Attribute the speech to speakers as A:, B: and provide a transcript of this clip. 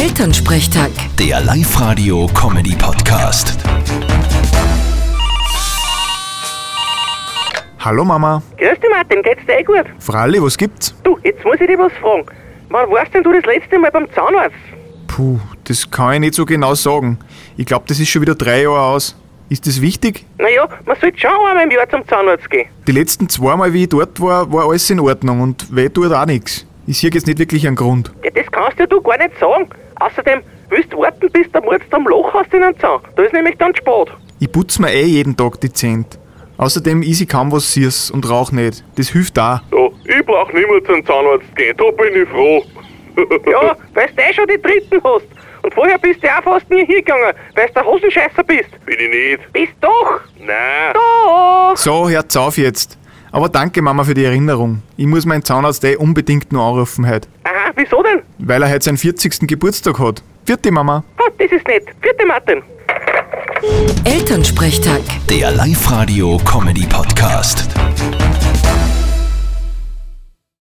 A: Elternsprechtag.
B: Der Live-Radio-Comedy-Podcast.
C: Hallo Mama.
D: Grüß dich Martin, geht's dir eh gut?
C: Fralli, was gibt's?
D: Du, jetzt muss ich dich was fragen. Wann warst denn du das letzte Mal beim Zahnarzt?
C: Puh, das kann ich nicht so genau sagen. Ich glaube, das ist schon wieder drei Jahre aus. Ist das wichtig?
D: Naja, man sollte schon einmal im Jahr zum Zahnarzt gehen.
C: Die letzten zwei Mal, wie ich dort war, war alles in Ordnung und weh tut auch nichts. Ich sehe jetzt nicht wirklich einen Grund.
D: Ja, das kannst ja du gar nicht sagen. Außerdem willst du warten, bis der Murz am Loch hast in den Zahn. Da ist nämlich dann spät.
C: Ich putze mir eh jeden Tag die Zähne. Außerdem is ich kaum was Süßes und rauch nicht. Das hilft auch.
E: Ja, ich brauch nicht mehr zum Zahnarzt gehen, da bin ich froh.
D: Ja, weil du eh schon die dritten hast. Und vorher bist du auch fast nie hingegangen, weil du der Hosenscheißer bist.
E: Bin ich nicht.
D: Bist doch!
E: Nein.
D: Doch!
C: So, hört's auf jetzt. Aber danke Mama für die Erinnerung. Ich muss meinen Zahnarzt eh unbedingt nur anrufen heute,
D: Aha, wieso denn?
C: weil er heute seinen 40. Geburtstag hat. Vierte Mama.
D: Ah, das ist nett. Vierte Martin.
A: Elternsprechtag.
B: Der Live-Radio-Comedy-Podcast.